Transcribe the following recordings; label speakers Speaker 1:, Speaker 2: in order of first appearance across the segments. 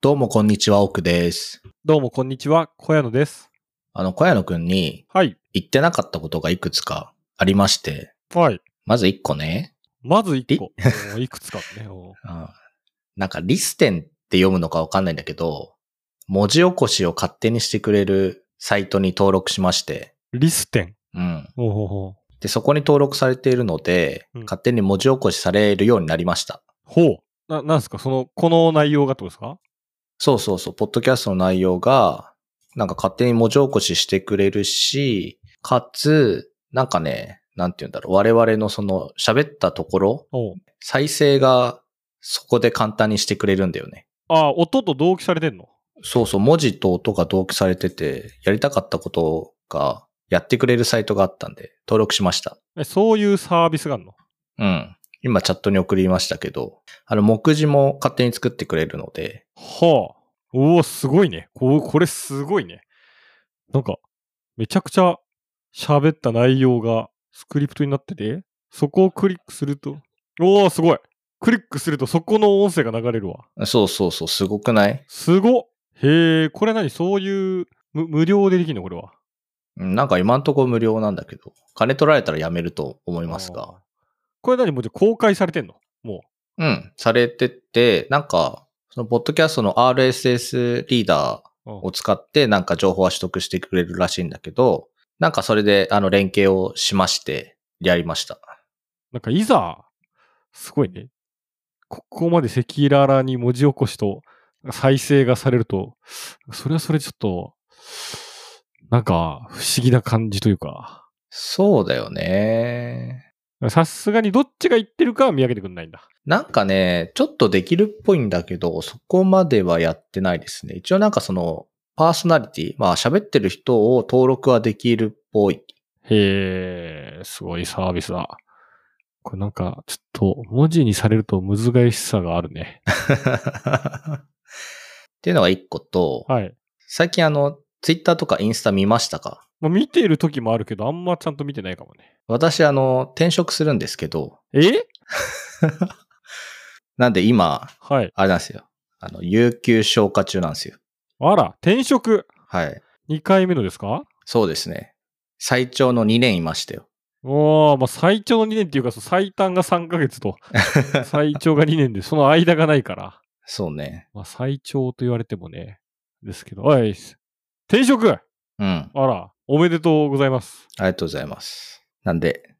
Speaker 1: どうもこんにちは、奥です。
Speaker 2: どうも、こんにちは。小屋野です。
Speaker 1: あの、小屋野くんに
Speaker 2: はい。
Speaker 1: 言ってなかったことがいくつかありまして、
Speaker 2: はい。
Speaker 1: まず1個ね、
Speaker 2: まず一個。おーいくつかね。
Speaker 1: う
Speaker 2: おー
Speaker 1: んなんかリステンって読むのかわかんないんだけど、文字起こしを勝手にしてくれるサイトに登録しまして、
Speaker 2: リステン。
Speaker 1: うん。
Speaker 2: おーほーほー
Speaker 1: で、そこに登録されているので、
Speaker 2: うん
Speaker 1: 勝手に文字起こしされるようになりました。
Speaker 2: ほう。な、なんすかその、この内容がってことですか
Speaker 1: そうそうそう、ポッドキャストの内容が、なんか勝手に文字起こししてくれるし、かつ、なんかね、なんて言うんだろう、我々のその喋ったところ、
Speaker 2: おう
Speaker 1: 再生がそこで簡単にしてくれるんだよね。
Speaker 2: あー、音と同期されてんの
Speaker 1: そうそう、文字と音が同期されてて、やりたかったことがやってくれるサイトがあったんで、登録しました。
Speaker 2: え、そういうサービスがあるの
Speaker 1: うん。今チャットに送りましたけど、あの、目次も勝手に作ってくれるので、
Speaker 2: はあ。おおすごいね。こう、これすごいね。なんか、めちゃくちゃ喋った内容がスクリプトになってて、そこをクリックすると、おおすごい。クリックするとそこの音声が流れるわ。
Speaker 1: そうそうそう、すごくない
Speaker 2: すごっへえ、これ何そういう、む無料でできるのこれは。
Speaker 1: うんなんか今んとこ無料なんだけど、金取られたらやめると思います
Speaker 2: あー
Speaker 1: が。。
Speaker 2: これ何もうじゃあ公開されてんのも
Speaker 1: うん、されてて、なんか、そのポッドキャストの RSS リーダー
Speaker 2: う。
Speaker 1: を使ってなんか情報は取得してくれるらしいんだけど、なんかそれであの連携をしまして、やりました。
Speaker 2: なんかいざ、すごいね。ここまで赤裸々に文字起こしと再生がされると、それはそれちょっと、なんか不思議な感じというか、
Speaker 1: そうだよね。
Speaker 2: さすがにどっちが言ってるかは見上げてくんないんだ。
Speaker 1: なんかね、ちょっとできるっぽいんだけど、そこまではやってないですね。一応なんかその、パーソナリティ、まあ喋ってる人を登録はできるっぽい。
Speaker 2: へえ、すごいサービスだ。これなんか、ちょっと、文字にされると難しさがあるね。
Speaker 1: っていうのが一個と、
Speaker 2: はい。
Speaker 1: 最近あの、ツイッターとかインスタ見ましたか
Speaker 2: まあ、見てる時もあるけど、あんまちゃんと見てないかもね。
Speaker 1: 私あの、転職するんですけど、
Speaker 2: え
Speaker 1: なんで今、
Speaker 2: はい。
Speaker 1: あれなんですよ。あの、有給消化中なんですよ。
Speaker 2: あら、転職
Speaker 1: はい。
Speaker 2: !2 回目のですか
Speaker 1: そうですね。最長の2年いましたよ。
Speaker 2: おお、まあ、最長の2年っていうか、そう最短が3ヶ月と、最長が2年で、その間がないから、
Speaker 1: そうね。
Speaker 2: まあ、最長と言われてもね、ですけど、おい、転職あ
Speaker 1: うん。
Speaker 2: ら、おめでとうございます。
Speaker 1: ありがとうございます。なんで、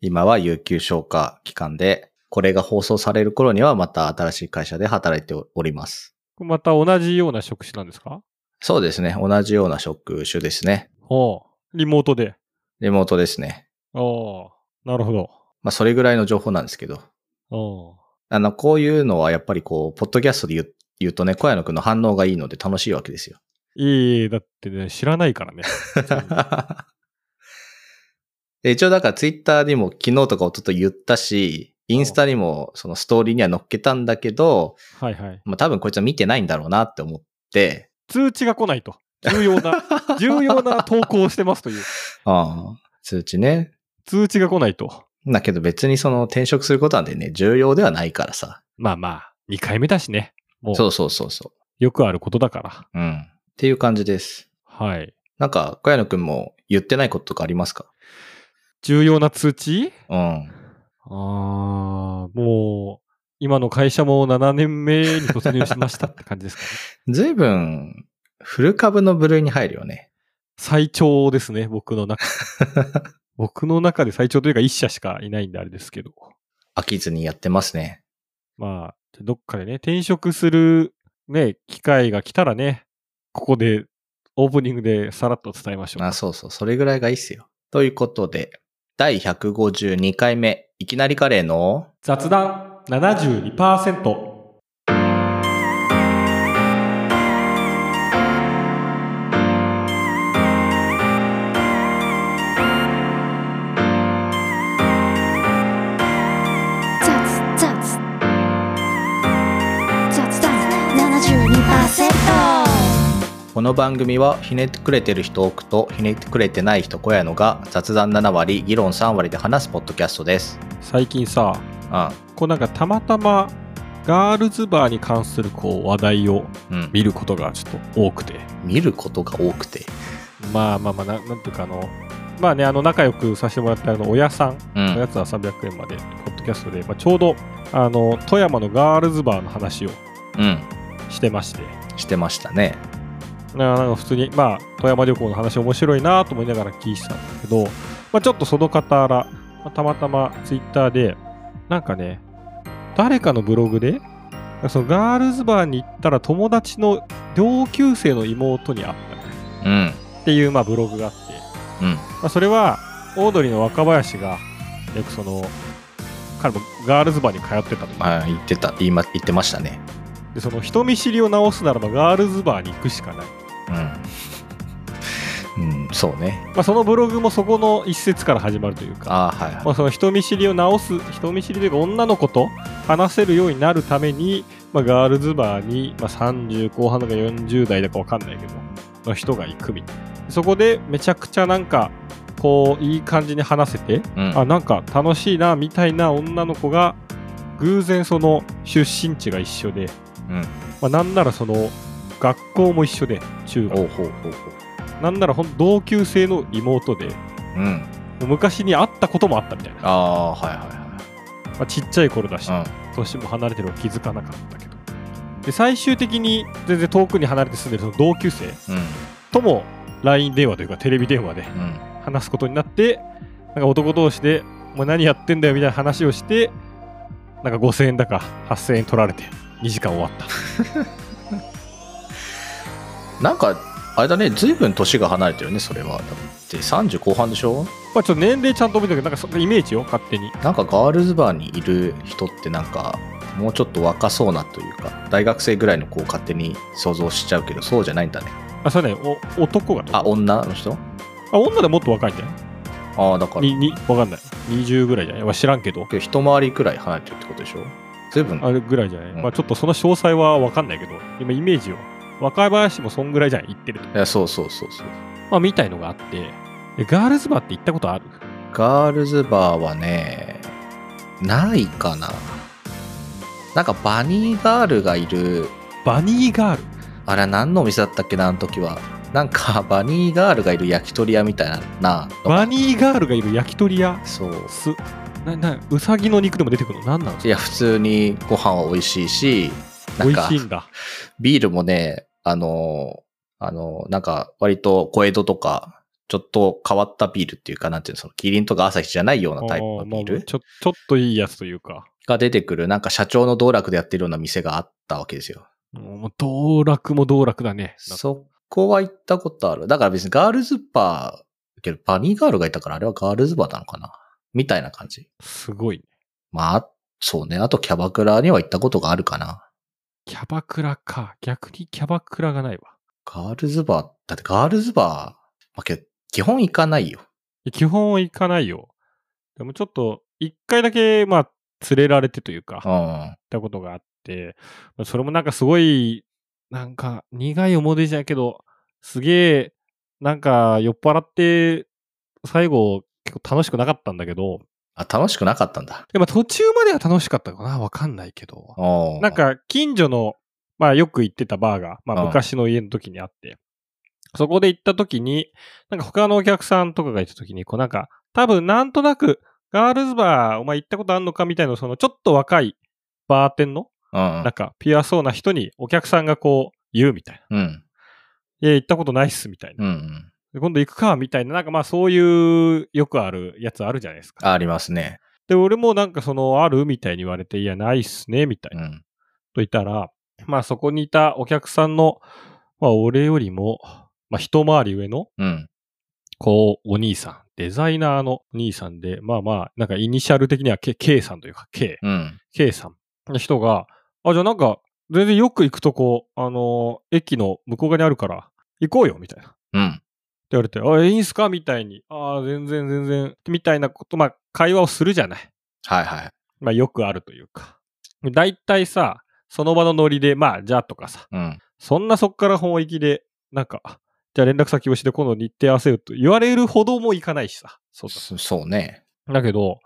Speaker 1: 今は有給消化期間で、これが放送される頃にはまた新しい会社で働いております。
Speaker 2: また同じような職種なんですか
Speaker 1: そうですね。同じような職種ですね。
Speaker 2: おーリモートで。
Speaker 1: リモートですね。
Speaker 2: おおなるほど。
Speaker 1: まあ、それぐらいの情報なんですけど。
Speaker 2: おー
Speaker 1: あの、こういうのはやっぱりこう、ポッドキャストで言う言うとね、小谷野くんの反応がいいので楽しいわけですよ。
Speaker 2: いい、だってね、知らないからね。
Speaker 1: で一応だからツイッターにも昨日とか一昨日言ったし、インスタにもそのストーリーには載っけたんだけど、
Speaker 2: はいはい。
Speaker 1: まあ多分こいつは見てないんだろうなって思って、
Speaker 2: 通知が来ないと。重要な、重要な投稿をしてますという。
Speaker 1: ああ通知ね。
Speaker 2: 通知が来ないと。
Speaker 1: だけど別にその転職することなんてね、重要ではないからさ。
Speaker 2: まあまあ、2回目だしね。もう、
Speaker 1: そうそうそうそ
Speaker 2: よくあることだから。
Speaker 1: う。うん。っていう感じです。
Speaker 2: はい。
Speaker 1: なんか、小谷野くんも言ってないこととかありますか
Speaker 2: 重要な通知
Speaker 1: うん。
Speaker 2: ああ、もう、今の会社も7年目に突入しましたって感じですかね。
Speaker 1: ずいぶん、古株の部類に入るよね。
Speaker 2: 最長ですね、僕の中。僕の中で最長というか1社しかいないんであれですけど。
Speaker 1: 飽きずにやってますね。
Speaker 2: まあ、どっかでね、転職するね、機会が来たらね、ここで、オープニングでさらっと伝えましょう。
Speaker 1: あ、そうそう、それぐらいがいいっすよ。ということで、第152回目、いきなりカレーの、
Speaker 2: 雑談72%。
Speaker 3: 雑雑雑談72%
Speaker 1: この番組は、ひねってくれてる人多くと、ひねってくれてない人小屋のが、雑談7割、議論3割で話すポッドキャストです。
Speaker 2: 最近さ、
Speaker 1: うん。
Speaker 2: こうなんかたまたまガールズバーに関するこう話題を
Speaker 1: うん。
Speaker 2: 見ることがちょっと多くて、
Speaker 1: 見ることが多くて。
Speaker 2: まあまあまあ、ななんていうかあの、まあね、あの仲良くさせてもらったあの親さん、
Speaker 1: う
Speaker 2: おや
Speaker 1: ん。
Speaker 2: つは300円まで、ポッドキャストで、まあ、ちょうどあの富山のガールズバーの話を
Speaker 1: うん。
Speaker 2: してまして、
Speaker 1: してましたね。
Speaker 2: ななんか普通に、まあ、富山旅行の話面白いなと思いながら聞いてたんだけど、まあ、ちょっとその方ら、まあたまたまツイッターで、なんかね、誰かのブログで、そのガールズバーに行ったら友達の同級生の妹に会った
Speaker 1: うん。
Speaker 2: っていう、まあ、ブログがあって、
Speaker 1: うん。
Speaker 2: まあ、それはオードリーの若林がよくその彼もガールズバーに通ってたと、
Speaker 1: まあ、言ってた、言いま、言ってましたね。
Speaker 2: でその人見知りを直すならばガールズバーに行くしかない、
Speaker 1: うん。うん、そうね。
Speaker 2: まあ、そのブログもそこの一節から始まるというか
Speaker 1: ああ、はいはい。
Speaker 2: まあ、その人見知りを直す人見知りというか女の子と話せるようになるために、まあ、ガールズバーに、まあ、30後半だか40代だか分かんないけどの人が行くみたいなそこでめちゃくちゃなんかこういい感じに話せて
Speaker 1: うん。
Speaker 2: あなんか楽しいなみたいな女の子が偶然その出身地が一緒で、
Speaker 1: うん。
Speaker 2: まあ、なんならその学校も一緒で中学
Speaker 1: おうほうほうほ
Speaker 2: なんならほん同級生の妹でも
Speaker 1: う。うん。
Speaker 2: う昔に会ったこともあったみたいな、
Speaker 1: ああ、はいは
Speaker 2: まあ、ちっちゃい頃だし
Speaker 1: いはい。
Speaker 2: 年も離れてるの気づかなかったけどで最終的に全然遠くに離れて住んでるその同級生
Speaker 1: うん。
Speaker 2: とも LINE 電話というかテレビ電話で
Speaker 1: うん。うん。
Speaker 2: 話すことになってなんか男同士で「お前何やってんだよ」みたいな話をしてなんか5000円だか8000円取られて2時間終わった
Speaker 1: なんか、あれだね、ずいぶん年が離れてるね、それは。だって30後半でしょ
Speaker 2: まあちょっと年齢ちゃんと見たけどなんかそのイメージよ勝手に
Speaker 1: なんかガールズバーにいる人ってなんか、もうちょっと若そうなというか、大学生ぐらいの子を勝手に想像しちゃうけど、そうじゃないんだね。
Speaker 2: あそれねお男がと
Speaker 1: あ、女の人
Speaker 2: あ女でもっと若いんじゃない
Speaker 1: ああ、だから、
Speaker 2: ににわかんない20ぐらいじゃない、まあ、知らんけど
Speaker 1: 一回りくらい離れてるってことでしょずいぶん、
Speaker 2: あれぐらいじゃない、
Speaker 1: うん
Speaker 2: まあちょっとその詳細はわかんないけど今イメージを若林もそんぐらいじゃない行ってると
Speaker 1: いや、そうそうそうそう。
Speaker 2: まあみたいのがあってえガールズバーって行ったことある
Speaker 1: ガールズバーはね、ないかな。なんかバニーガールがいる、
Speaker 2: バニーガール
Speaker 1: あれ何のお店だったっけな、あの時は。なんか バニーガールがいる焼き鳥屋みたいなな。
Speaker 2: バニーガールがいる焼き鳥屋
Speaker 1: そう。
Speaker 2: すななうさぎの肉でも出てくるの何なの
Speaker 1: いや、普通にご飯は美味しいし、な
Speaker 2: 美
Speaker 1: ん
Speaker 2: 味
Speaker 1: か
Speaker 2: しいんだ
Speaker 1: ビールもね、あの、あの、なんか割と小江戸とか、ちょっと変わったビールっていうか、なんていうの、そのキリンとか朝日じゃないようなタイプの
Speaker 2: あーまあ
Speaker 1: ビール。
Speaker 2: ちょちょっといいやつというか
Speaker 1: が出てくる、なんか社長の道楽でやってるような店があったわけですよ。
Speaker 2: もう道楽も道楽だねなんか
Speaker 1: そこは行ったことある。だから別にガールズバー、けどバニーガールがいたからあれはガールズバーなのかなみたいな感じ。
Speaker 2: すごいね
Speaker 1: まあ、そうね。あとキャバクラには行ったことがあるかな。
Speaker 2: キャバクラか逆にキャバクラがないわ
Speaker 1: ガールズバー、だってガールズバー、まあ、けど基本行かないよ。
Speaker 2: いや基本は行かないよでもちょっと一回だけまあ連れられてというか
Speaker 1: う
Speaker 2: 行っ
Speaker 1: ん。
Speaker 2: たことがあってまあそれもなんかすごいなんか苦い思い出じゃないけどすげえなんか酔っ払って最後結構楽しくなかったんだけど、
Speaker 1: あ、楽しくなかったんだ。
Speaker 2: でまあ途中までは楽しかったかなわかんないけど。
Speaker 1: おー
Speaker 2: なん、か近所の、まあよく行ってたバーが、まあ
Speaker 1: うん
Speaker 2: 昔の家の時にあって、そこで行った時に、なんか他のお客さんとかが行った時に、こうなんか、多分なんとなく、ガールズバー、お前行ったことあんのかみたいな、そのちょっと若いバーテンの、
Speaker 1: うん
Speaker 2: なんかピュアそうな人にお客さんがこう言うみたいな。
Speaker 1: うん。
Speaker 2: いや、行ったことないっす、みたい
Speaker 1: うん。う
Speaker 2: な。
Speaker 1: ん。
Speaker 2: で今度行くか、みたいな。なんかまあそういうよくあるやつあるじゃないですか。
Speaker 1: ありますね。
Speaker 2: で、俺もなんかその、あるみたいに言われて、いや、ないっすね、みたいな
Speaker 1: う。ん。
Speaker 2: といたら、まあそこにいたお客さんの、まあ俺よりも、まあ一回り上の、
Speaker 1: うん。
Speaker 2: こう、お兄さん、デザイナーのお兄さんで、まあまあ、なんかイニシャル的には K, K さんというか、K、
Speaker 1: うん。
Speaker 2: K さんの人が、あ、じゃあなんか、全然よく行くとこ、あのー駅の向こう側にあるから、行こうよ、みたいな。って
Speaker 1: うん。
Speaker 2: 言われて、あ、いいんすかみたいに。ああ、全然全然。みたいなこと、まあ、会話をするじゃない。
Speaker 1: はいはい。
Speaker 2: まあ、よくあるというか。だいたいさ、その場のノリで、まあ、じゃあとかさ、
Speaker 1: うん。
Speaker 2: そんなそっから本意気で、なんか、じゃあ連絡先をして今度日程合わせようと言われるほどもいかないしさ。そうだ。
Speaker 1: そそうね。
Speaker 2: だけど、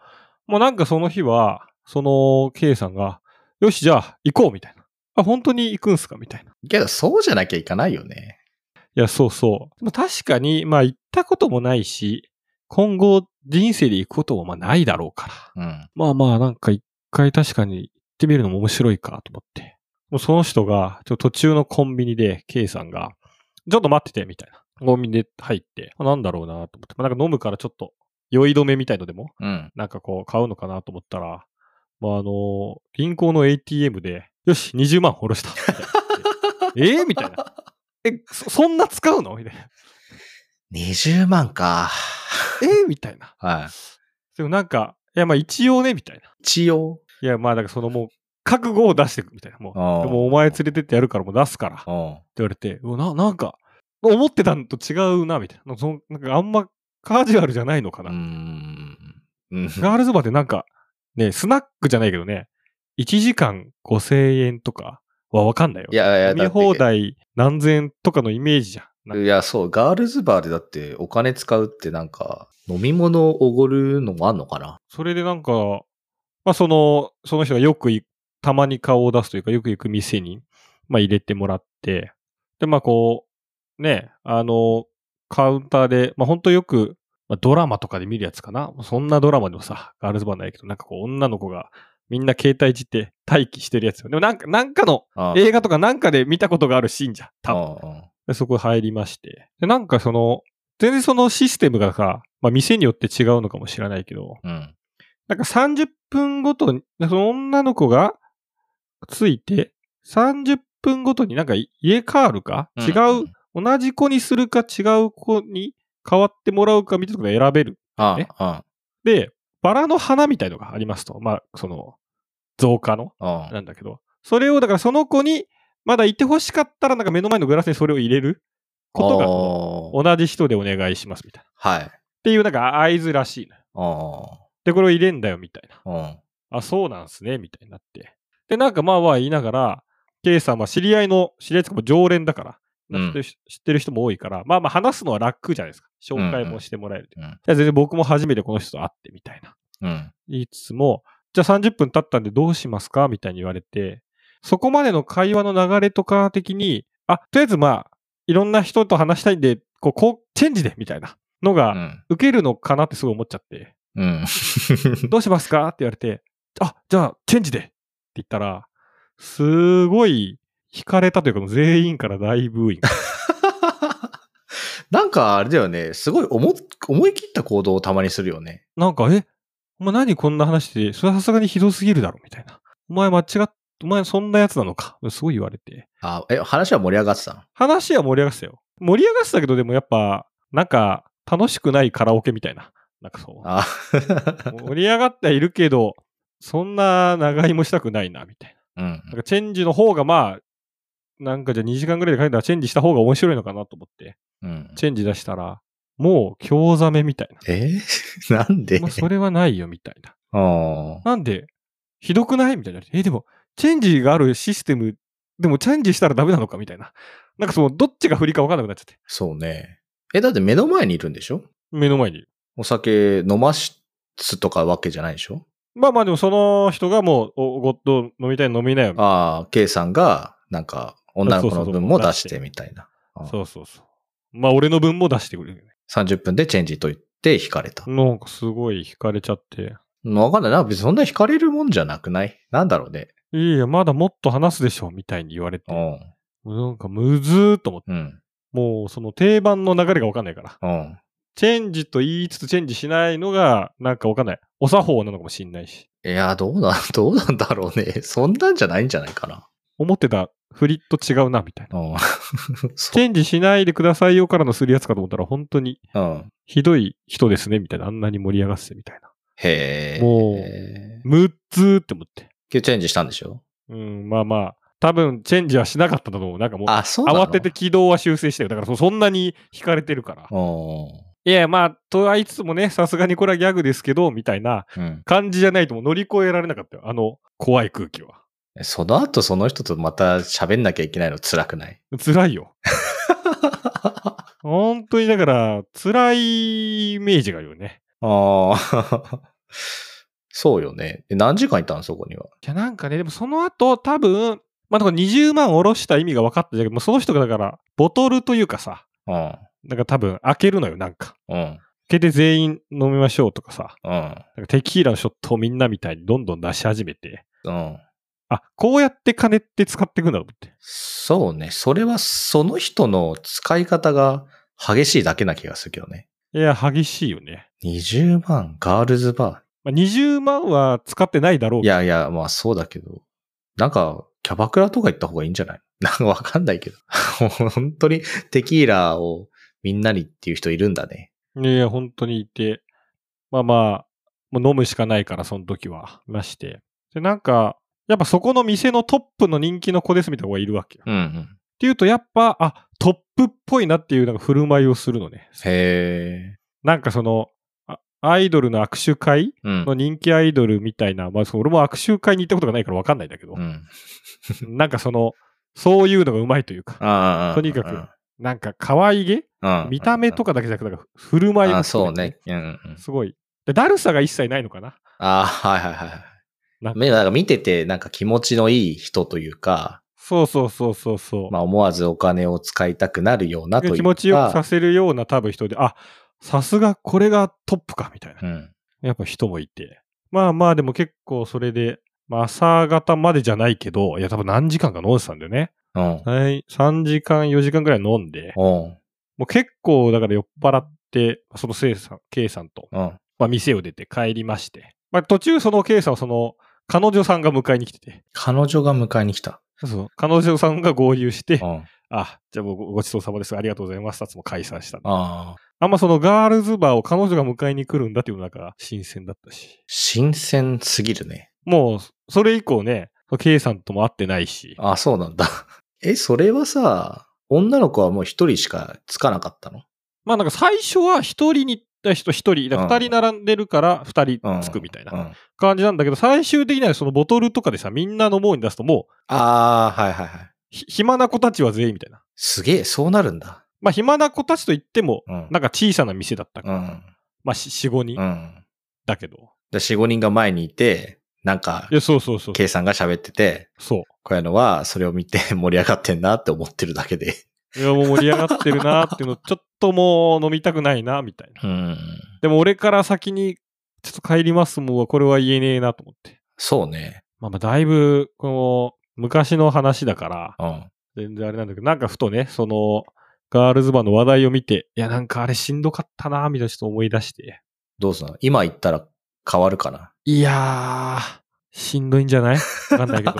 Speaker 2: もうなんかその日は、その K さんが、よし、じゃあ、行こうみたいな。あ、本当に行くんすかみたいな。
Speaker 1: けど、そうじゃなきゃいかないよね。
Speaker 2: いや、そうそう。でも確かに、まあ、行ったこともないし、今後、人生で行くこともまあないだろうから。
Speaker 1: うん。
Speaker 2: まあまあ、なんか一回確かに行ってみるのも面白いかと思って。もうその人が、ちょっと途中のコンビニで、K さんが、ちょっと待ってて、みたいな。コンビニで入って、あなんだろうなと思って。まあ、なんか飲むからちょっと、酔い止めみたいのでも、
Speaker 1: うん。
Speaker 2: なんかこう、買うのかなと思ったら、まあ、あの、銀行の ATM で、よし、20万下ろした。みたいなえーみたいな。え、そそんな使うのみたいな。
Speaker 1: 20万か。
Speaker 2: えーみたいな。
Speaker 1: はい。
Speaker 2: でもなんか、いや、まあ一応ね、みたいな。
Speaker 1: 一応。
Speaker 2: いや、まあ、だからそのもう、覚悟を出してくみたいな。もう、
Speaker 1: でも
Speaker 2: でもお前連れてってやるからもう出すからって
Speaker 1: うん。
Speaker 2: 言われて、うわななんか、思ってたのと違うな、みたいな。そのなんかあんまカジュアルじゃないのかな。
Speaker 1: うーん。うん。
Speaker 2: ガールズバーってなんか、ね、スナックじゃないけどね、1時間5000円とかはわかんないよ。
Speaker 1: いやいや、
Speaker 2: 見
Speaker 1: だって
Speaker 2: 放題何千円とかのイメージじゃん。なんか
Speaker 1: いや、そう、ガールズバーでだってお金使うってなんか、飲み物をおごるのもあんのかな
Speaker 2: それでなんか、まあその、その人がよく行くたまに顔を出すというか、よく行く店に、まあ入れてもらって、で、まあこう、ね、あの、カウンターで、まあ本当よく、まあ、ドラマとかで見るやつかな。そんなドラマでもさ、ガールズバーないけど、なんかこう女の子がみんな携帯いじって待機してるやつよ。でもなんか、なんかの
Speaker 1: あ
Speaker 2: 映画とかなんかで見たことがあるシーンじゃん。多分
Speaker 1: うんうん
Speaker 2: で、そこ入りまして。で、なんかその、全然そのシステムがさ、まあ店によって違うのかもしれないけど、
Speaker 1: うん。
Speaker 2: なんか30分ごとに、その女の子がついて、30分ごとになんか入れ替わるか、
Speaker 1: うん
Speaker 2: 違う、同じ子にするか違う子に変わってもらうかみたいなのが選べる。
Speaker 1: あ
Speaker 2: ね
Speaker 1: あ、
Speaker 2: で、バラの花みたいのがありますと。まあ、その、増加の、
Speaker 1: うん。うん
Speaker 2: なんだけど。それを、だからその子に、まだいてほしかったら、なんか目の前のグラスにそれを入れることがこ
Speaker 1: おー
Speaker 2: う、同じ人でお願いしますみたいな。っ
Speaker 1: はい。
Speaker 2: ていう、なんか合図らしいのよ。
Speaker 1: あ
Speaker 2: で、これを入れんだよ、みたいな。
Speaker 1: あ、うん。
Speaker 2: あ、そうなんすね、みたいになって。で、なんかまあまあ言いながら、K さんは知り合いの、知り合いとかも常連だから、
Speaker 1: うん
Speaker 2: 知ってる人も多いから、まあまあ話すのは楽じゃないですか。紹介もしてもらえる。
Speaker 1: うんうんうん
Speaker 2: いや全然僕も初めてこの人と会ってみたいな。
Speaker 1: うん。
Speaker 2: 言いつつも、じゃあ30分経ったんでどうしますかみたいに言われて、そこまでの会話の流れとか的に、あ、とりあえずまあ、いろんな人と話したいんで、こう、こうチェンジでみたいなの
Speaker 1: う
Speaker 2: が、
Speaker 1: ん。
Speaker 2: 受けるのかなってすごい思っちゃって。
Speaker 1: うん。
Speaker 2: どうしますかって言われて、あ、じゃあ、チェンジでって言ったら、すごい、惹かれたというか、全員から大ブーイング。
Speaker 1: なんかあれだよね、すごい思っ思い切った行動をたまにするよね。
Speaker 2: なんか、え、お前何こんな話して、それはさすがにひどすぎるだろ、みたいな。お前間違っ、お前そんなやつなのか。すごい言われて。
Speaker 1: あえ、話は盛り上がってたの
Speaker 2: 話は盛り上がってたよ。盛り上がってたけど、でもやっぱ、なんか、楽しくないカラオケみたいな。なんかそう。
Speaker 1: あ
Speaker 2: 盛り上がってはいるけど、そんな長居もしたくないな、みたい な。
Speaker 1: うん。
Speaker 2: なんかチェンジの方がまあ、なんかじゃあ2時間ぐらいで書いたらチェンジした方が面白いのかなと思って、
Speaker 1: うん。
Speaker 2: チェンジ出したら、もう興ざめみたいな。
Speaker 1: え ーなんで
Speaker 2: まあ、それはないよみたいな。
Speaker 1: あ
Speaker 2: なんで、ひどくないみたいな。え、でも、チェンジがあるシステム、でもチェンジしたらダメなのかみたいな。なんかその、どっちが振りか分かんなくなっちゃって。
Speaker 1: そうね。え、だって目の前にいるんでしょ
Speaker 2: 目の前に。
Speaker 1: お酒飲ますとかわけじゃないでしょ
Speaker 2: まあまあでもその人がもう、おごっと飲みたい飲みなよみたい
Speaker 1: ああ、K さんが、なんか、女の子の分も出してみたいな。
Speaker 2: な。そうそうそう。まあ俺の分も出してくれるよね。
Speaker 1: 30分でチェンジと言って惹かれた。
Speaker 2: なんかすごい惹かれちゃって。
Speaker 1: わかんないな。別にそんな惹かれるもんじゃなくないなんだろうね。
Speaker 2: いや、まだもっと話すでしょ、みたいに言われて
Speaker 1: う。ん。
Speaker 2: もうなんかむずーっと思って。
Speaker 1: うん。
Speaker 2: もうその定番の流れがわかんないから。
Speaker 1: うん。
Speaker 2: チェンジと言いつつチェンジしないのが、なんかわかんない。お作法なのかもしんないし。
Speaker 1: いや、どうな、 どうなんだろうね。そんなんじゃないんじゃないかな。
Speaker 2: 思ってた振りと違うな、みたいな。
Speaker 1: うん。 そ
Speaker 2: チェンジしないでくださいよからのするやつかと思ったら、本当に
Speaker 1: う。うん。
Speaker 2: ひどい人ですね、みたいな。あんなに盛り上がっててみたいな。
Speaker 1: へえ。
Speaker 2: もうむっずーって思って。
Speaker 1: 今日チェンジしたんでしょ
Speaker 2: うん、まあまあ。多分、チェンジはしなかったんだと思う。なんかもう、
Speaker 1: あ、そうなの
Speaker 2: 慌てて。軌道は修正してる。だからそ、そんなに惹かれてるから。
Speaker 1: う
Speaker 2: いや、まあ、とはいつつもね、さすがにこれはギャグですけど、みたいな。
Speaker 1: ん。うん。
Speaker 2: 感じじゃないともう乗り越えられなかったよ。あの、怖い空気は。
Speaker 1: その後その人とまた喋んなきゃいけないの辛くない
Speaker 2: 辛いよ。本当にだから、辛いイメージがあるよね。
Speaker 1: ああ。 そうよね。で何時間いたんそこには。
Speaker 2: じゃあなんかね、でもその後多分、まあ、だから20万下ろした意味が分かったじゃん。もうその人がだから、ボトルというかさ、なんか多分開けるのよ、なんか。
Speaker 1: うん。うん。
Speaker 2: 開けて全員飲みましょうとかさ、
Speaker 1: うん。
Speaker 2: なんかテキーラのショットをみんなみたいにどんどん出し始めて、
Speaker 1: うん。
Speaker 2: あ、こうやって金って使っていくんだと思って。
Speaker 1: そうね。それはその人の使い方が激しいだけな気がするけどね。
Speaker 2: いや、激しいよね。
Speaker 1: 20万ガールズバ
Speaker 2: まあ、20万は使ってないだろう
Speaker 1: ー。い
Speaker 2: けど
Speaker 1: やいや、まあそうだけど。なんか、キャバクラとか行った方がいいんじゃない なんかわかんないけど。 本当にテキーラをみんなにっていう人いるんだね。
Speaker 2: いやいや、本当にいて。まあまあ、もう飲むしかないから、その時は。いまして。で、なんか、やっぱそこの店のトップの人気の子ですみたいな子がいるわけよ。
Speaker 1: う
Speaker 2: っ
Speaker 1: んうん。
Speaker 2: ていうと、やっぱ、あ、トップっぽいなっていうなんか振る舞いをするのね。
Speaker 1: へ
Speaker 2: なんかその、あアイドルの握手会
Speaker 1: ー。うん
Speaker 2: の。人気アイドルみたいな、まあ、そう俺も握手会に行ったことがないから分かんないんだけど
Speaker 1: う、ん。
Speaker 2: なんかその、そういうのがうまいというか、
Speaker 1: ああ。
Speaker 2: とにかくなんか可愛げ
Speaker 1: うん、
Speaker 2: 見た目とかだけじゃなくて、なんか振る舞い
Speaker 1: あ
Speaker 2: も
Speaker 1: あ、そ
Speaker 2: 含
Speaker 1: う
Speaker 2: めて
Speaker 1: ね。。うんうん。
Speaker 2: すごい。で、だるさが一切ないのかな
Speaker 1: ああ、はいはいはい
Speaker 2: な
Speaker 1: はい。
Speaker 2: んか
Speaker 1: 目なんか見てて、なんか気持ちのいい人というか、
Speaker 2: そうそうそうそうそう。
Speaker 1: まあ思わずお金を使いたくなるようなというか。
Speaker 2: 気持ちよくさせるような多分人で、あ、さすがこれがトップかみたいな。
Speaker 1: うん。
Speaker 2: やっぱ人もいて。まあまあでも結構それで、まあ朝方までじゃないけど、いや多分何時間か飲んでたんだよね。
Speaker 1: うん。
Speaker 2: はい、3時間4時間ぐらい飲んで、
Speaker 1: うん。
Speaker 2: もう結構だから酔っ払って、そのせいさん、K さんと、
Speaker 1: うん。
Speaker 2: まあ店を出て帰りまして。まあ途中その K さんはその、彼女さんが迎えに来てて。
Speaker 1: 彼女が迎えに来た。
Speaker 2: そう。彼女さんが合流して
Speaker 1: う、ん。
Speaker 2: あ、じゃあもうごごちそうさまです。ありがとうございます。つも解散したんで
Speaker 1: ああ。
Speaker 2: あんまそのガールズバーを彼女が迎えに来るんだっていうのが新鮮だったし。
Speaker 1: 新鮮すぎるね。
Speaker 2: もう、それ以降ね、K さんとも会ってないし。
Speaker 1: ああ、そうなんだ。え、それはさ、女の子はもう一人しかつかなかったの
Speaker 2: まあなんか最初は一人に、あ人一人、だか
Speaker 1: う
Speaker 2: ら
Speaker 1: ん
Speaker 2: 二人並んでるから二
Speaker 1: う
Speaker 2: 人
Speaker 1: ん。
Speaker 2: つくみたい
Speaker 1: うん
Speaker 2: な。感じなんだけど、最終的にはそのボトルとかでさ、みんな飲もうに出すともう、
Speaker 1: ああ、はいはいはい。
Speaker 2: ひ暇な子たちは全員みたいな。
Speaker 1: すげえ、そうなるんだ。
Speaker 2: まあ暇な子たちといっても、
Speaker 1: うん。
Speaker 2: なんか小さな店だったか
Speaker 1: う
Speaker 2: ら、
Speaker 1: ん。
Speaker 2: まあ4、5人
Speaker 1: うん。
Speaker 2: だけど。
Speaker 1: で、4、5人が前にいて、なんか
Speaker 2: い、や、そうそうそう。
Speaker 1: K さんが喋ってて、
Speaker 2: そう。
Speaker 1: 小屋のは、それを見て 盛り上がってんなって思ってるだけで。
Speaker 2: いや、もう盛り上がってるなーっていうの、ちょっともう飲みたくないな、みたいな。
Speaker 1: うん。
Speaker 2: でも俺から先に、ちょっと帰りますもんは、これは言えねえなと思って。
Speaker 1: そうね。
Speaker 2: まあまあ、だいぶ、この、昔の話だから、
Speaker 1: うん。
Speaker 2: 全然あれなんだけど、なんかふとね、その、ガールズバーの話題を見て、いや、なんかあれしんどかったな、みたいなちょっと思い出して。
Speaker 1: どうすんの今言ったら変わるかな。
Speaker 2: いやー、しんどいんじゃないわかんな いけど。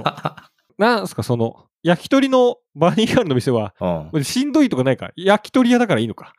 Speaker 2: なんすか、その、焼き鳥のバニーガールの店は、
Speaker 1: う
Speaker 2: しんどいとかないか焼き鳥屋だからいいのか。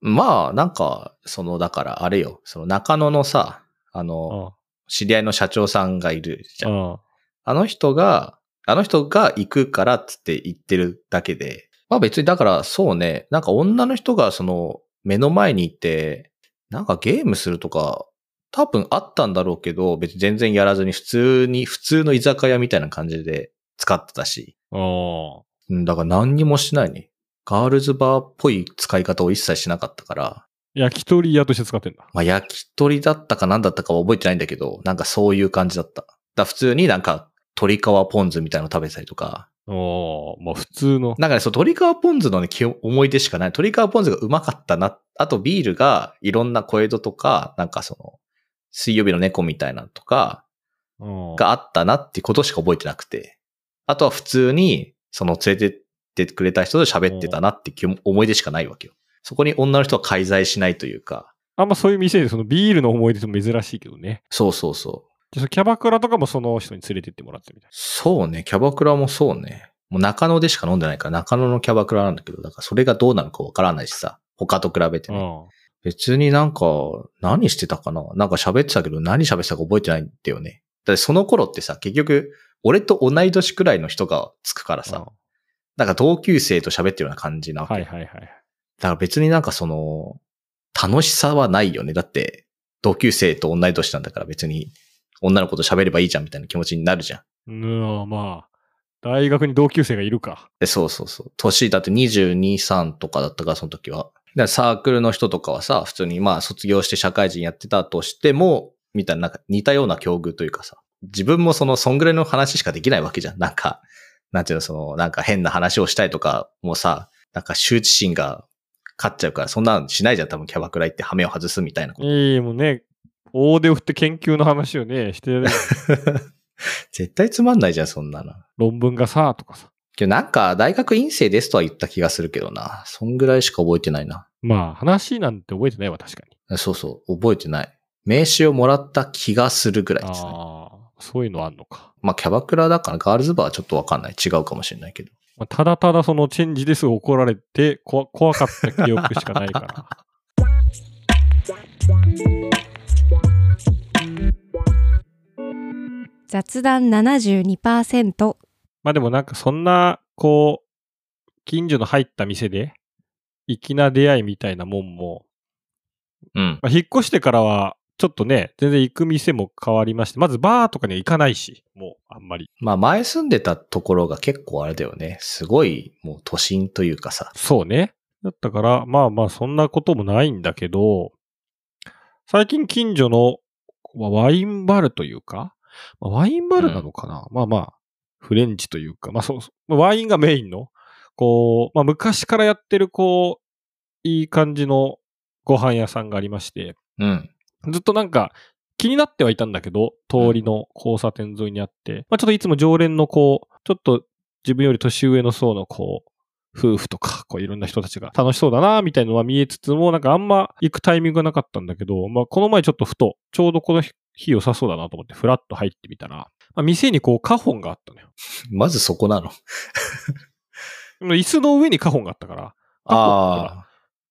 Speaker 1: ん。まあ、なんか、その、だから、あれよ。その中野のさ、あ
Speaker 2: う
Speaker 1: の、
Speaker 2: ん。
Speaker 1: 知り合いの社長さんがいるじゃん。
Speaker 2: うん。
Speaker 1: あの人が、あの人が行くからっつって言ってるだけで。まあ別に、だから、そうね。なんか女の人が、その、目の前にいて、なんかゲームするとか、多分あったんだろうけど、別に全然やらずに普通に、普通の居酒屋みたいな感じで使ってたし。
Speaker 2: うん
Speaker 1: うん、だから何にもしないね。ガールズバーっぽい使い方を一切しなかったから、
Speaker 2: 焼き鳥屋として使ってんだ。
Speaker 1: まあ焼き鳥だったか何だったかは覚えてないんだけど、なんかそういう感じだった。だから普通になんか鶏皮ポン酢みたいの食べてたりとか。
Speaker 2: おー、まあ普通の。
Speaker 1: なんかね、そう鶏皮ポン酢のね、記憶思い出しかない。鶏皮ポン酢がうまかったな。あとビールがいろんな小江戸とか、なんかその、水曜日の猫みたいなのとか、
Speaker 2: うん
Speaker 1: があったなってことしか覚えてなくて。あとは普通に、その連れてってくれた人と喋ってたなって記憶思い出しかないわけよ。そこに女の人は介在しないというか。
Speaker 2: あんまそういう店でそのビールの思い出とも珍しいけどね。
Speaker 1: そうそうそう。
Speaker 2: でそのキャバクラとかもその人に連れてってもらってみたい
Speaker 1: そうね、キャバクラもそうね。もう中野でしか飲んでないから、中野のキャバクラなんだけど、だからそれがどうなのかわからないしさ。他と比べて
Speaker 2: な。
Speaker 1: ね。
Speaker 2: うん。
Speaker 1: 別になんか、何してたかななんか喋ってたけど、何喋ってたか覚えてないんだよね。だってその頃ってさ、結局、俺と同い年くらいの人がつくからさ、なんか同級生と喋ってるような感じな
Speaker 2: う
Speaker 1: わ
Speaker 2: ん
Speaker 1: け。
Speaker 2: はいはいはい。
Speaker 1: だから別になんかその、楽しさはないよね。だって、同級生と同い年なんだから別に、女の子と喋ればいいじゃんみたいな気持ちになるじゃん。
Speaker 2: うん、まあ、大学に同級生がいるか。
Speaker 1: でそうそうそう。年だって22、3とかだったから、その時は。だからサークルの人とかはさ、普通にまあ卒業して社会人やってたとしても、みたいな、なんか似たような境遇というかさ、自分もその、そんぐらいの話しかできないわけじゃん。なんか、なんていうの、その、なんか変な話をしたいとか、もうさ、なんか羞恥心が勝っちゃうから、そんなのしないじゃん、多分キャバクラ行って羽目を外すみたいな こと。
Speaker 2: いいもんね、大手を振って研究の話をね、してやれば
Speaker 1: 絶対つまんないじゃん、そんなの。
Speaker 2: 論文がさ、とかさ。
Speaker 1: けどなんか、大学院生ですとは言った気がするけどな。そんぐらいしか覚えてないな。
Speaker 2: まあ、話なんて覚えてないわ、確かに。
Speaker 1: そうそう、覚えてない。名刺をもらった気がするぐらいですね。
Speaker 2: ああ、そういうのあんのか。
Speaker 1: まあ、キャバクラだからガールズバーはちょっとわかんない。違うかもしれないけど。
Speaker 2: まあ、ただただそのチェンジですぐ怒られて、こわ怖かった記憶しかないから。
Speaker 4: 雑談72%
Speaker 2: まあでもなんかそんな、こう、近所の入った店で、粋な出会いみたいなもんも、
Speaker 1: うん。
Speaker 2: まあ、引っ越してからは、ちょっとね、全然行く店も変わりまして、まずバーとかには行かないし、もうあんまり。
Speaker 1: まあ、前住んでたところが結構あれだよね。すごい、もう都心というかさ。
Speaker 2: そうね。だったから、まあまあ、そんなこともないんだけど、最近近所のまあワインバルというか、まあワインバルなのかな、まあまあ、フレンチというか、まあそうそう、まあワインがメインの、こう、まあ昔からやってる、こう、いい感じのご飯屋さんがありまして、
Speaker 1: うん。
Speaker 2: ずっとなんか気になってはいたんだけど、通りの交差点沿いにあって、まあちょっといつも常連のこう、ちょっと自分より年上の層のこう、夫婦とか、こういろんな人たちが楽しそうだな、みたいなのは見えつつも、なんかあんま行くタイミングがなかったんだけど、まあこの前ちょっとふと、ちょうどこの日日良さそうだなと思って、ふらっと入ってみたら、まあ、店にこうカホンがあったのよ。
Speaker 1: まずそこなの。
Speaker 2: 椅子の上にカホンがあったから、
Speaker 1: あ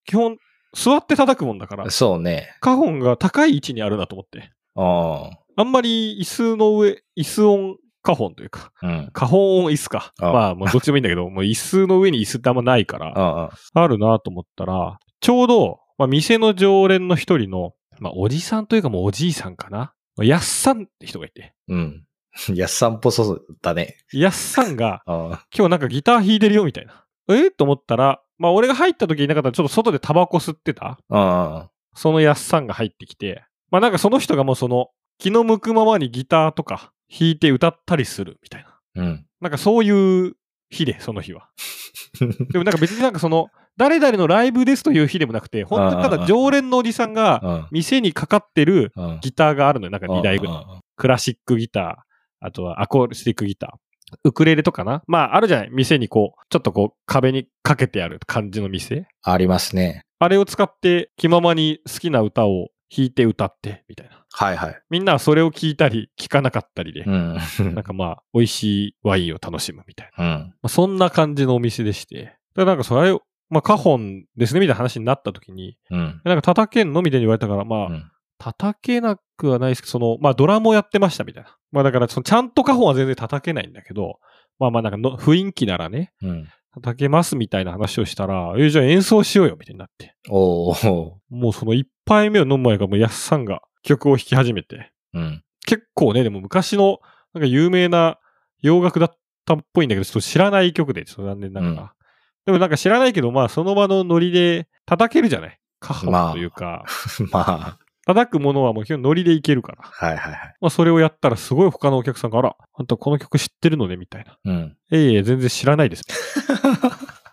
Speaker 2: 基本座って叩くもんだから
Speaker 1: あ、、そうね。
Speaker 2: カホンが高い位置にあるなと思って。
Speaker 1: あ
Speaker 2: あんまり椅子の上、椅子音カホンというか、
Speaker 1: あ、うん。
Speaker 2: カホン音椅子か。
Speaker 1: あ
Speaker 2: まあ、まあ、どっちでもいいんだけど、もう椅子の上に椅子ってあんまないから、
Speaker 1: あ
Speaker 2: あるなと思ったら、ちょうど、まあ、店の常連の一人の、まあ、おじさんというかもうおじいさんかな。まあやっさんって人がいて。
Speaker 1: うん。 やっさんっぽそうだね。
Speaker 2: やっさんが、
Speaker 1: あ
Speaker 2: 今日なんかギター弾いてるよみたいな。えと思ったら、まあ、俺が入った時いなかったら、ちょっと外でタバコ吸ってた
Speaker 1: あ、あ
Speaker 2: そのやっさんが入ってきて、まあなんかその人がもうその気の向くままにギターとか弾いて歌ったりするみたいな。
Speaker 1: あ、うん。
Speaker 2: なんかそういう日で、その日は。でもなんか別になんかその、誰々のライブですという日でもなくて、本当にただ常連のおじさんが
Speaker 1: あ
Speaker 2: 店にかかってる
Speaker 1: あ、
Speaker 2: ギターがあるのよ。なんか2台ぐらい。
Speaker 1: い。
Speaker 2: クラシックギター、あとはアコースティックギター、ウクレレとかな。まああるじゃない。店にこう、ちょっとこう壁にかけてある感じの店。
Speaker 1: ありますね。
Speaker 2: あれを使って気ままに好きな歌を弾いて歌ってみたいな。
Speaker 1: はいはい。
Speaker 2: みんなはそれを聞いたり聞かなかったりで、
Speaker 1: うん。
Speaker 2: なんかまあ美味しいワインを楽しむみたいな。
Speaker 1: うん。
Speaker 2: まあ、そんな感じのお店でして。で、なんかそれを、まあカホンですねみたいな話になった時に、
Speaker 1: うん。
Speaker 2: なんか叩けんのみたいに言われたから、まあ、
Speaker 1: うん
Speaker 2: 叩けなくはないですけど、その、まあドラムをやってましたみたいな。まあだからそのちゃんとカホンは全然叩けないんだけど、まあまあなんかの雰囲気ならね、
Speaker 1: うん。
Speaker 2: 叩けますみたいな話をしたら、えじゃあ演奏しようよみたいになって。
Speaker 1: おー。
Speaker 2: もうその一杯目を飲む前からもうやっさんが曲を弾き始めて、
Speaker 1: うん。
Speaker 2: 結構ね、でも昔のなんか有名な洋楽だったっぽいんだけど、ちょっと知らない曲で、ちょっと残念ながら。でもなんか知らないけど、まあその場のノリで叩けるじゃないカホ
Speaker 1: まあ
Speaker 2: ンというか、
Speaker 1: まあ、
Speaker 2: 叩くものはもう基本ノリでいけるから。
Speaker 1: はいはいはい。
Speaker 2: まあそれをやったらすごい他のお客さんが、あら、あんたこの曲知ってるのねみたいな。
Speaker 1: うん。
Speaker 2: ええええ全然知 らないです。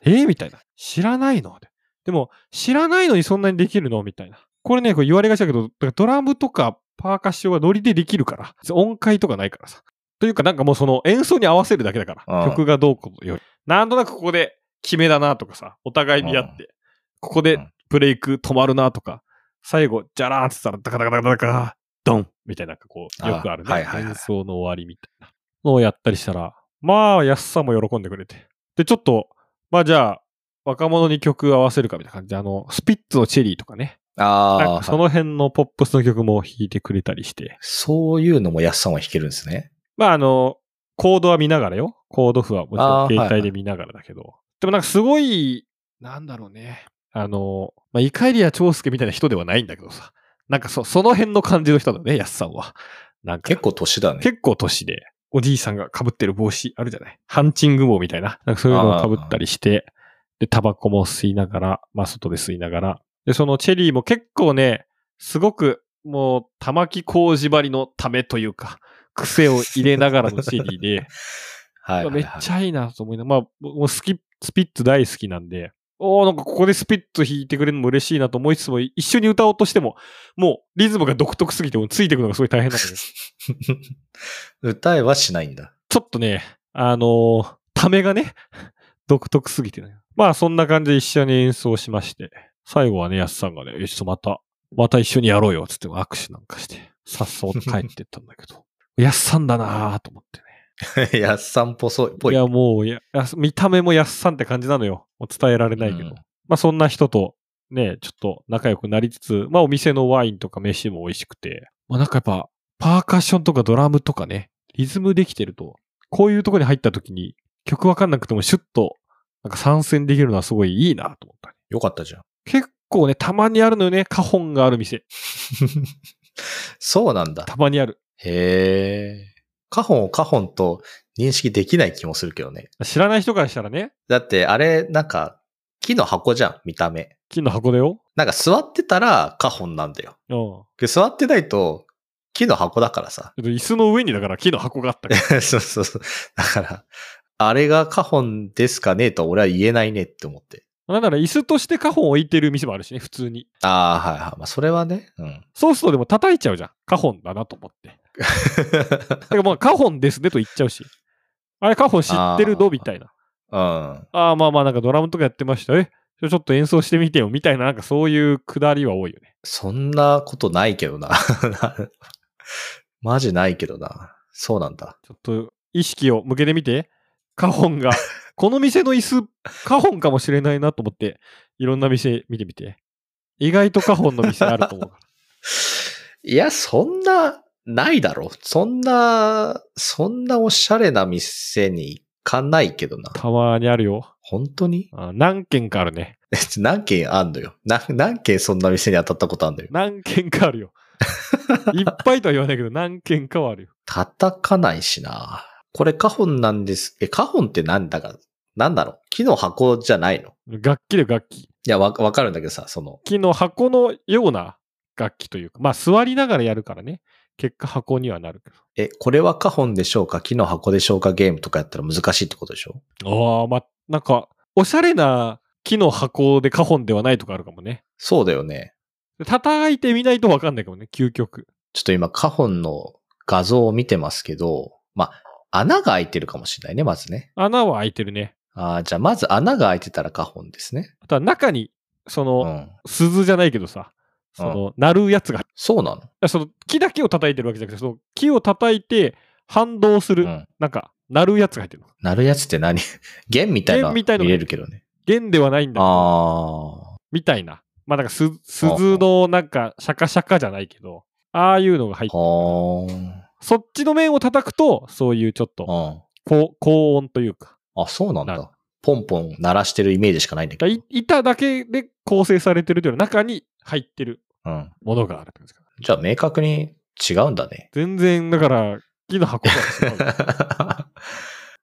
Speaker 2: ええみたいな。知らないのってでも、知らないのにそんなにできるのみたいな。これね、これ言われがちだけど、だからドラムとかパーカッションはノリでできるから。音階とかないからさ。というか、なんかもうその演奏に合わせるだけだか
Speaker 1: う
Speaker 2: ら。
Speaker 1: ん
Speaker 2: 曲がどうこうより。なんとなくここで決めだなとかさ、お互いにやって、ここ
Speaker 1: う
Speaker 2: で
Speaker 1: ん
Speaker 2: ブレイク止まるなとか、最後、じゃらーって言ったら、ダカダカダカダカ、ドンみたいな、なんかこう、よくあるね。
Speaker 1: あはいはいはい
Speaker 2: 演奏の終わりみたいなのをやったりしたら、まあ、安さも喜んでくれて。で、ちょっと、まあじゃあ、若者に曲合わせるかみたいな感じで、あの、スピッツのチェリーとかね。なん
Speaker 1: あ
Speaker 2: か
Speaker 1: あ、
Speaker 2: その辺のポップスの曲も弾いてくれたりして。
Speaker 1: そういうのも安さんは弾けるんですね。
Speaker 2: まああの、コードは見ながらよ。コード譜はもちろ
Speaker 1: あ
Speaker 2: ん
Speaker 1: ー
Speaker 2: 携
Speaker 1: はい
Speaker 2: 帯
Speaker 1: は
Speaker 2: で
Speaker 1: い
Speaker 2: 見ながらだけど。でもなんかすごい、なんだろうね。あの、まあ、イカエリア長介みたいな人ではないんだけどさ。なんかそ、その辺の感じの人だね、安さんは。なんか。
Speaker 1: 結構年だね。
Speaker 2: 結構年で、おじいさんが被ってる帽子あるじゃないハンチング帽みたいな。なんかそういうのを被ったりして、で、タバコも吸いながら、まあ外で吸いながら。で、そのチェリーも結構ね、すごくもう、玉木浩二張りのためというか、癖を入れながらの CD で、
Speaker 1: はいはい、はい。
Speaker 2: めっちゃいいなと思いながら、まあ、僕もうスキスピッツ大好きなんで、おーなんかここでスピッツ弾いてくれるのも嬉しいなと思いつつも、一緒に歌おうとしても、もうリズムが独特すぎて、もうついてくのがすごい大変なんです。
Speaker 1: 歌えはしないんだ。
Speaker 2: ちょっとね、あのーためがね、 独特すぎてね。まあそんな感じで一緒に演奏しまして、最後はね、やすさんがね、よし、ちょっとまた、また一緒にやろうよ、つって握手なんかして、さっそうと帰ってったんだけど、 やすさんだなぁと思ってね。
Speaker 1: やっさんっぽそうっぽい。
Speaker 2: いやもうや、やす見た目もやすさんって感じなのよ。もう伝えられないけど。
Speaker 1: うん
Speaker 2: まあそんな人とね、ちょっと仲良くなりつつ、まあお店のワインとか飯も美味しくて、まあなんかやっぱパーカッションとかドラムとかね、リズムできてると、こういうとこに入った時に曲わかんなくてもシュッとなんか参戦できるのはすごいいいなと思った、ね。
Speaker 1: よかったじゃん。
Speaker 2: 結構ね、たまにあるのよね。カホンがある店。
Speaker 1: そうなんだ。
Speaker 2: たまにある。
Speaker 1: へえ。カホンをカホンと認識できない気もするけどね。
Speaker 2: 知らない人からしたらね、
Speaker 1: だってあれ、なんか、木の箱じゃん、見た目。
Speaker 2: 金の箱だよ。
Speaker 1: なんか座ってたらカホンなんだよ。
Speaker 2: うん。ちょ
Speaker 1: で座ってないと木の箱だからさ。
Speaker 2: っと椅子の上にだから金の箱があったから。
Speaker 1: そうそうそう。だから、あれがカホンですかねとは俺は言えないねって思って。
Speaker 2: なんなら椅子としてカホン置いてる店もあるしね、普通に。
Speaker 1: ああ、はいはい。まあそれはね。うん。
Speaker 2: そうするとでも叩いちゃうじゃん。カホンだなと思って。だからまあカホンですねと言っちゃうし。あれカホン知ってる
Speaker 1: あ
Speaker 2: の
Speaker 1: ー
Speaker 2: みたいな。
Speaker 1: うん。
Speaker 2: ああまあまあなんかドラムとかやってました。えちょちょっと演奏してみてよみたいななんかそういうくだりは多いよね。
Speaker 1: そんなことないけどな。 マジないけどな。そうなんだ。
Speaker 2: ちょっと意識を向けてみて。カホンが、この店の椅子、カホンかもしれないなと思って、いろんな店見てみて。意外とカホンの店あると思うから。
Speaker 1: いや、そんな、ないだろ。そんな、そんなおしゃれな店に行かないけどな。
Speaker 2: たまにあるよ。
Speaker 1: 本当に
Speaker 2: あー何軒かあるね。
Speaker 1: 何件あんのよ。な何件そんな店に当たったことあんのよ。
Speaker 2: 何軒かあるよ。いっぱいとは言わないけど、何軒かはあるよ。
Speaker 1: 叩かないしな。これカホンなんです。え、カホンってなんだか、なんだろう。木の箱じゃないの
Speaker 2: 楽器で楽器。
Speaker 1: いや、わ、わかるんだけどさ、その、
Speaker 2: 木の箱のような楽器というか、まあ座りながらやるからね。結果箱にはなるけ
Speaker 1: え、これはカホンでしょうか木の箱でしょうかゲームとかやったら難しいってことでしょ
Speaker 2: ど。ああ、まあ、なんか、おしゃれな木の箱でカホンではないとかあるかもね。
Speaker 1: そうだよね。
Speaker 2: 叩いてみないとわかんないかもね、究極。
Speaker 1: ちょっと今、カホンの画像を見てますけど、まあ、穴が開いてるかもしれないね、まずね。
Speaker 2: 穴は開いてるね。
Speaker 1: あーじゃあ、まず穴が開いてたらカホンですね。
Speaker 2: あとは中に、そうの、
Speaker 1: ん。
Speaker 2: 鈴じゃないけどさ、その、鳴るやつが、い
Speaker 1: そうなの
Speaker 2: やその木だけを叩いてるわけじゃなくて、その木を叩いて反動す
Speaker 1: う
Speaker 2: る、
Speaker 1: ん。
Speaker 2: なんか、鳴るやつが入ってるの。
Speaker 1: なるやつって何 弦みたいな
Speaker 2: 弦
Speaker 1: の見
Speaker 2: みたいのが
Speaker 1: れるけどね。
Speaker 2: 弦ではないんだけど
Speaker 1: ああ。
Speaker 2: みたいな。まあなんかす、鈴のなんか、シャカシャカじゃないけど、ああいうのが入って、
Speaker 1: はーん。
Speaker 2: そっちの面を叩くと、そういうちょっと、
Speaker 1: うん。
Speaker 2: 高高音というか、
Speaker 1: あ、そうなん
Speaker 2: な
Speaker 1: だ。ポンポン鳴らしてるイメージしかないんだけ
Speaker 2: だい板だけで構成されてるというより中に入ってる
Speaker 1: ど。うん。
Speaker 2: ものがあるって感じかな。
Speaker 1: じゃあ、明確に違うんだね。
Speaker 2: 全然、だから、木の箱が違う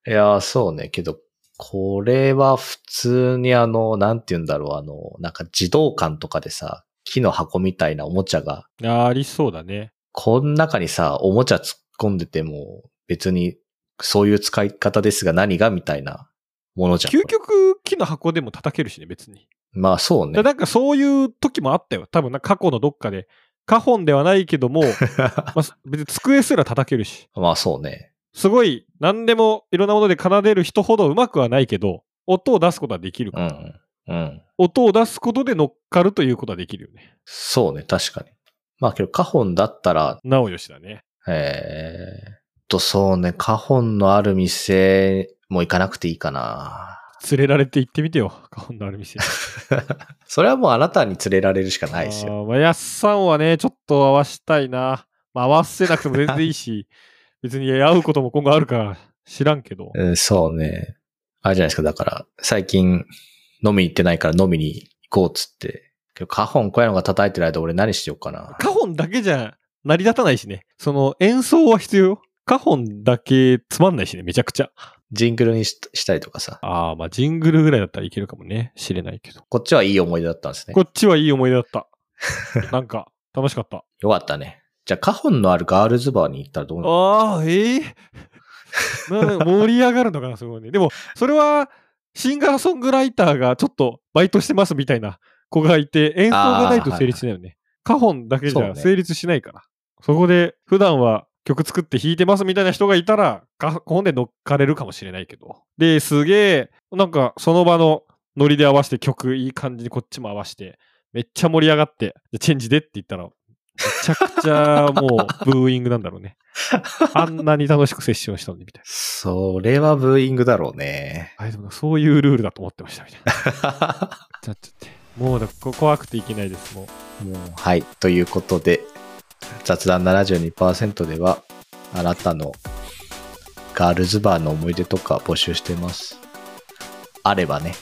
Speaker 1: いやー、そうね。けど、これは普通にあの、なんて言うんだろう、あの、なんか児童館とかでさ、木の箱みたいなおもちゃが、
Speaker 2: いやありそうだね。
Speaker 1: こん中にさ、おもちゃ突っ込んでても、別にそういう使い方ですが何がみたいなものじゃん。
Speaker 2: 究極、木の箱でも叩けるしね、別に。
Speaker 1: まあそう
Speaker 2: だ
Speaker 1: ね。
Speaker 2: なんかそういう時もあったよ。多分な、過去のどっかで。カホンではないけど も、まあ、別に机すら叩けるし。
Speaker 1: まあそうね。
Speaker 2: すごい、何でもいろんなもので奏でる人ほどうまくはないけど、音を出すことはできるか
Speaker 1: う
Speaker 2: ら、
Speaker 1: ん。うん。
Speaker 2: 音を出すことで乗っかるということはできるよね。
Speaker 1: そうね、確かに。まあけど、カホンだったら、
Speaker 2: なおよしだね。
Speaker 1: えーっと、そうね、カホンのある店も行かなくていいかな。
Speaker 2: 連れられて行ってみてよ。カホンのある店。
Speaker 1: それはもうあなたに連れられるしか ないですよ。
Speaker 2: あーまあ、やっさんはね、ちょっと合わしたいな。まあ、合わせなくても全然いい し、別に会うことも今後あるから知らんけど。
Speaker 1: うん、そうね。あれじゃないですか、だから、最近飲みに行ってないから飲みに行こうっつって。けど、カホンこういうのが叩いてる間俺何しようかな。
Speaker 2: カホンだけじゃ成り立たないしね。その演奏は必要よ。カホンだけつまんないしね、めちゃくちゃ。
Speaker 1: ジングルにししたりとかさ。
Speaker 2: ああ、まあ、ジングルぐらいだったらいけるかもね。知れないけど。
Speaker 1: こっちはいい思い出だったんですね
Speaker 2: こ。っちはいい思い出だった。なんか、楽しかった。
Speaker 1: よかったね。じゃあ、カホンのあるガールズバーに行ったらどうなる
Speaker 2: ああ、ええなんか盛り上がるのかな、すごいね。でも、それは、シンガーソングライターがちょっとバイトしてますみたいな子がいて、演奏がないと成立しないよね。カホンだけじ
Speaker 1: そう
Speaker 2: ゃ
Speaker 1: ね
Speaker 2: 成立しないから。そこで、普段は曲作って弾いてますみたいな人がいたら、カホンで乗っかれるかもしれないけど。で、すげえ、なんかその場のノリで合わせて曲いい感じにこっちも合わせて、めっちゃ盛り上がって、じゃあチェンジでって言ったら、めちゃくちゃも うブーイングなんだろうね。あんなに楽しくセッションしたのにみたい
Speaker 1: それはブーイングだろうね。
Speaker 2: な。あでもそういうルールだと思ってましたみたいな。 ちょっと待ってもうだこ怖くていけないです。もう
Speaker 1: もうはい。ということで、雑談72%では、あなたのガールズバーの思い出とか募集してます。あればね。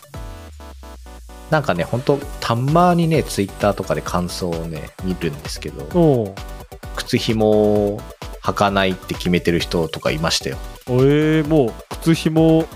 Speaker 1: なんかね、ほんと、たまにね、ツイッターとかで感想をね、見るんですけど、
Speaker 2: おう
Speaker 1: 靴紐を履かないって決めてる人とかいましたよ。
Speaker 2: おえー、もう靴紐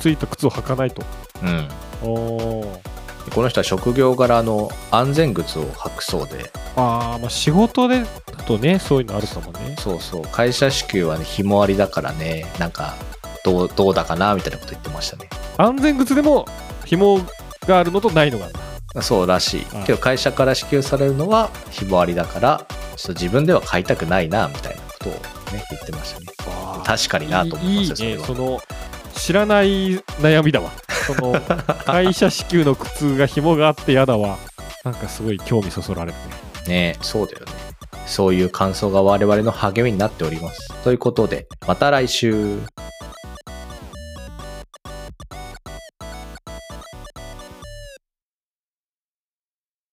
Speaker 2: ついた靴を履かないと。
Speaker 1: うん。
Speaker 2: おー
Speaker 1: でこの人は職業柄あの安全靴を履くそうで、
Speaker 2: あー、まあ、仕事でだとね、そういうのあるかもね。
Speaker 1: そうそう、会社支給はね、紐ありだからね、なんか、どう、どうだかな、みたいなこと言ってましたね。
Speaker 2: 安全靴でも紐があるのとないのがあるんだ。
Speaker 1: そうらしい
Speaker 2: うん。
Speaker 1: けど会社から支給されるのは紐ありだから、ちょっと自分では買いたくないな、みたいなことをね、言ってましたね。確かになと思い
Speaker 2: い
Speaker 1: ま
Speaker 2: い
Speaker 1: すよ、そ
Speaker 2: い
Speaker 1: れ
Speaker 2: ね
Speaker 1: は。
Speaker 2: その知らない悩みだわその 会社支給の靴が紐があって嫌だわなんかすごい興味そそられるね
Speaker 1: ねそうだよね。そういう感想が我々の励みになっております。ということで、また来週。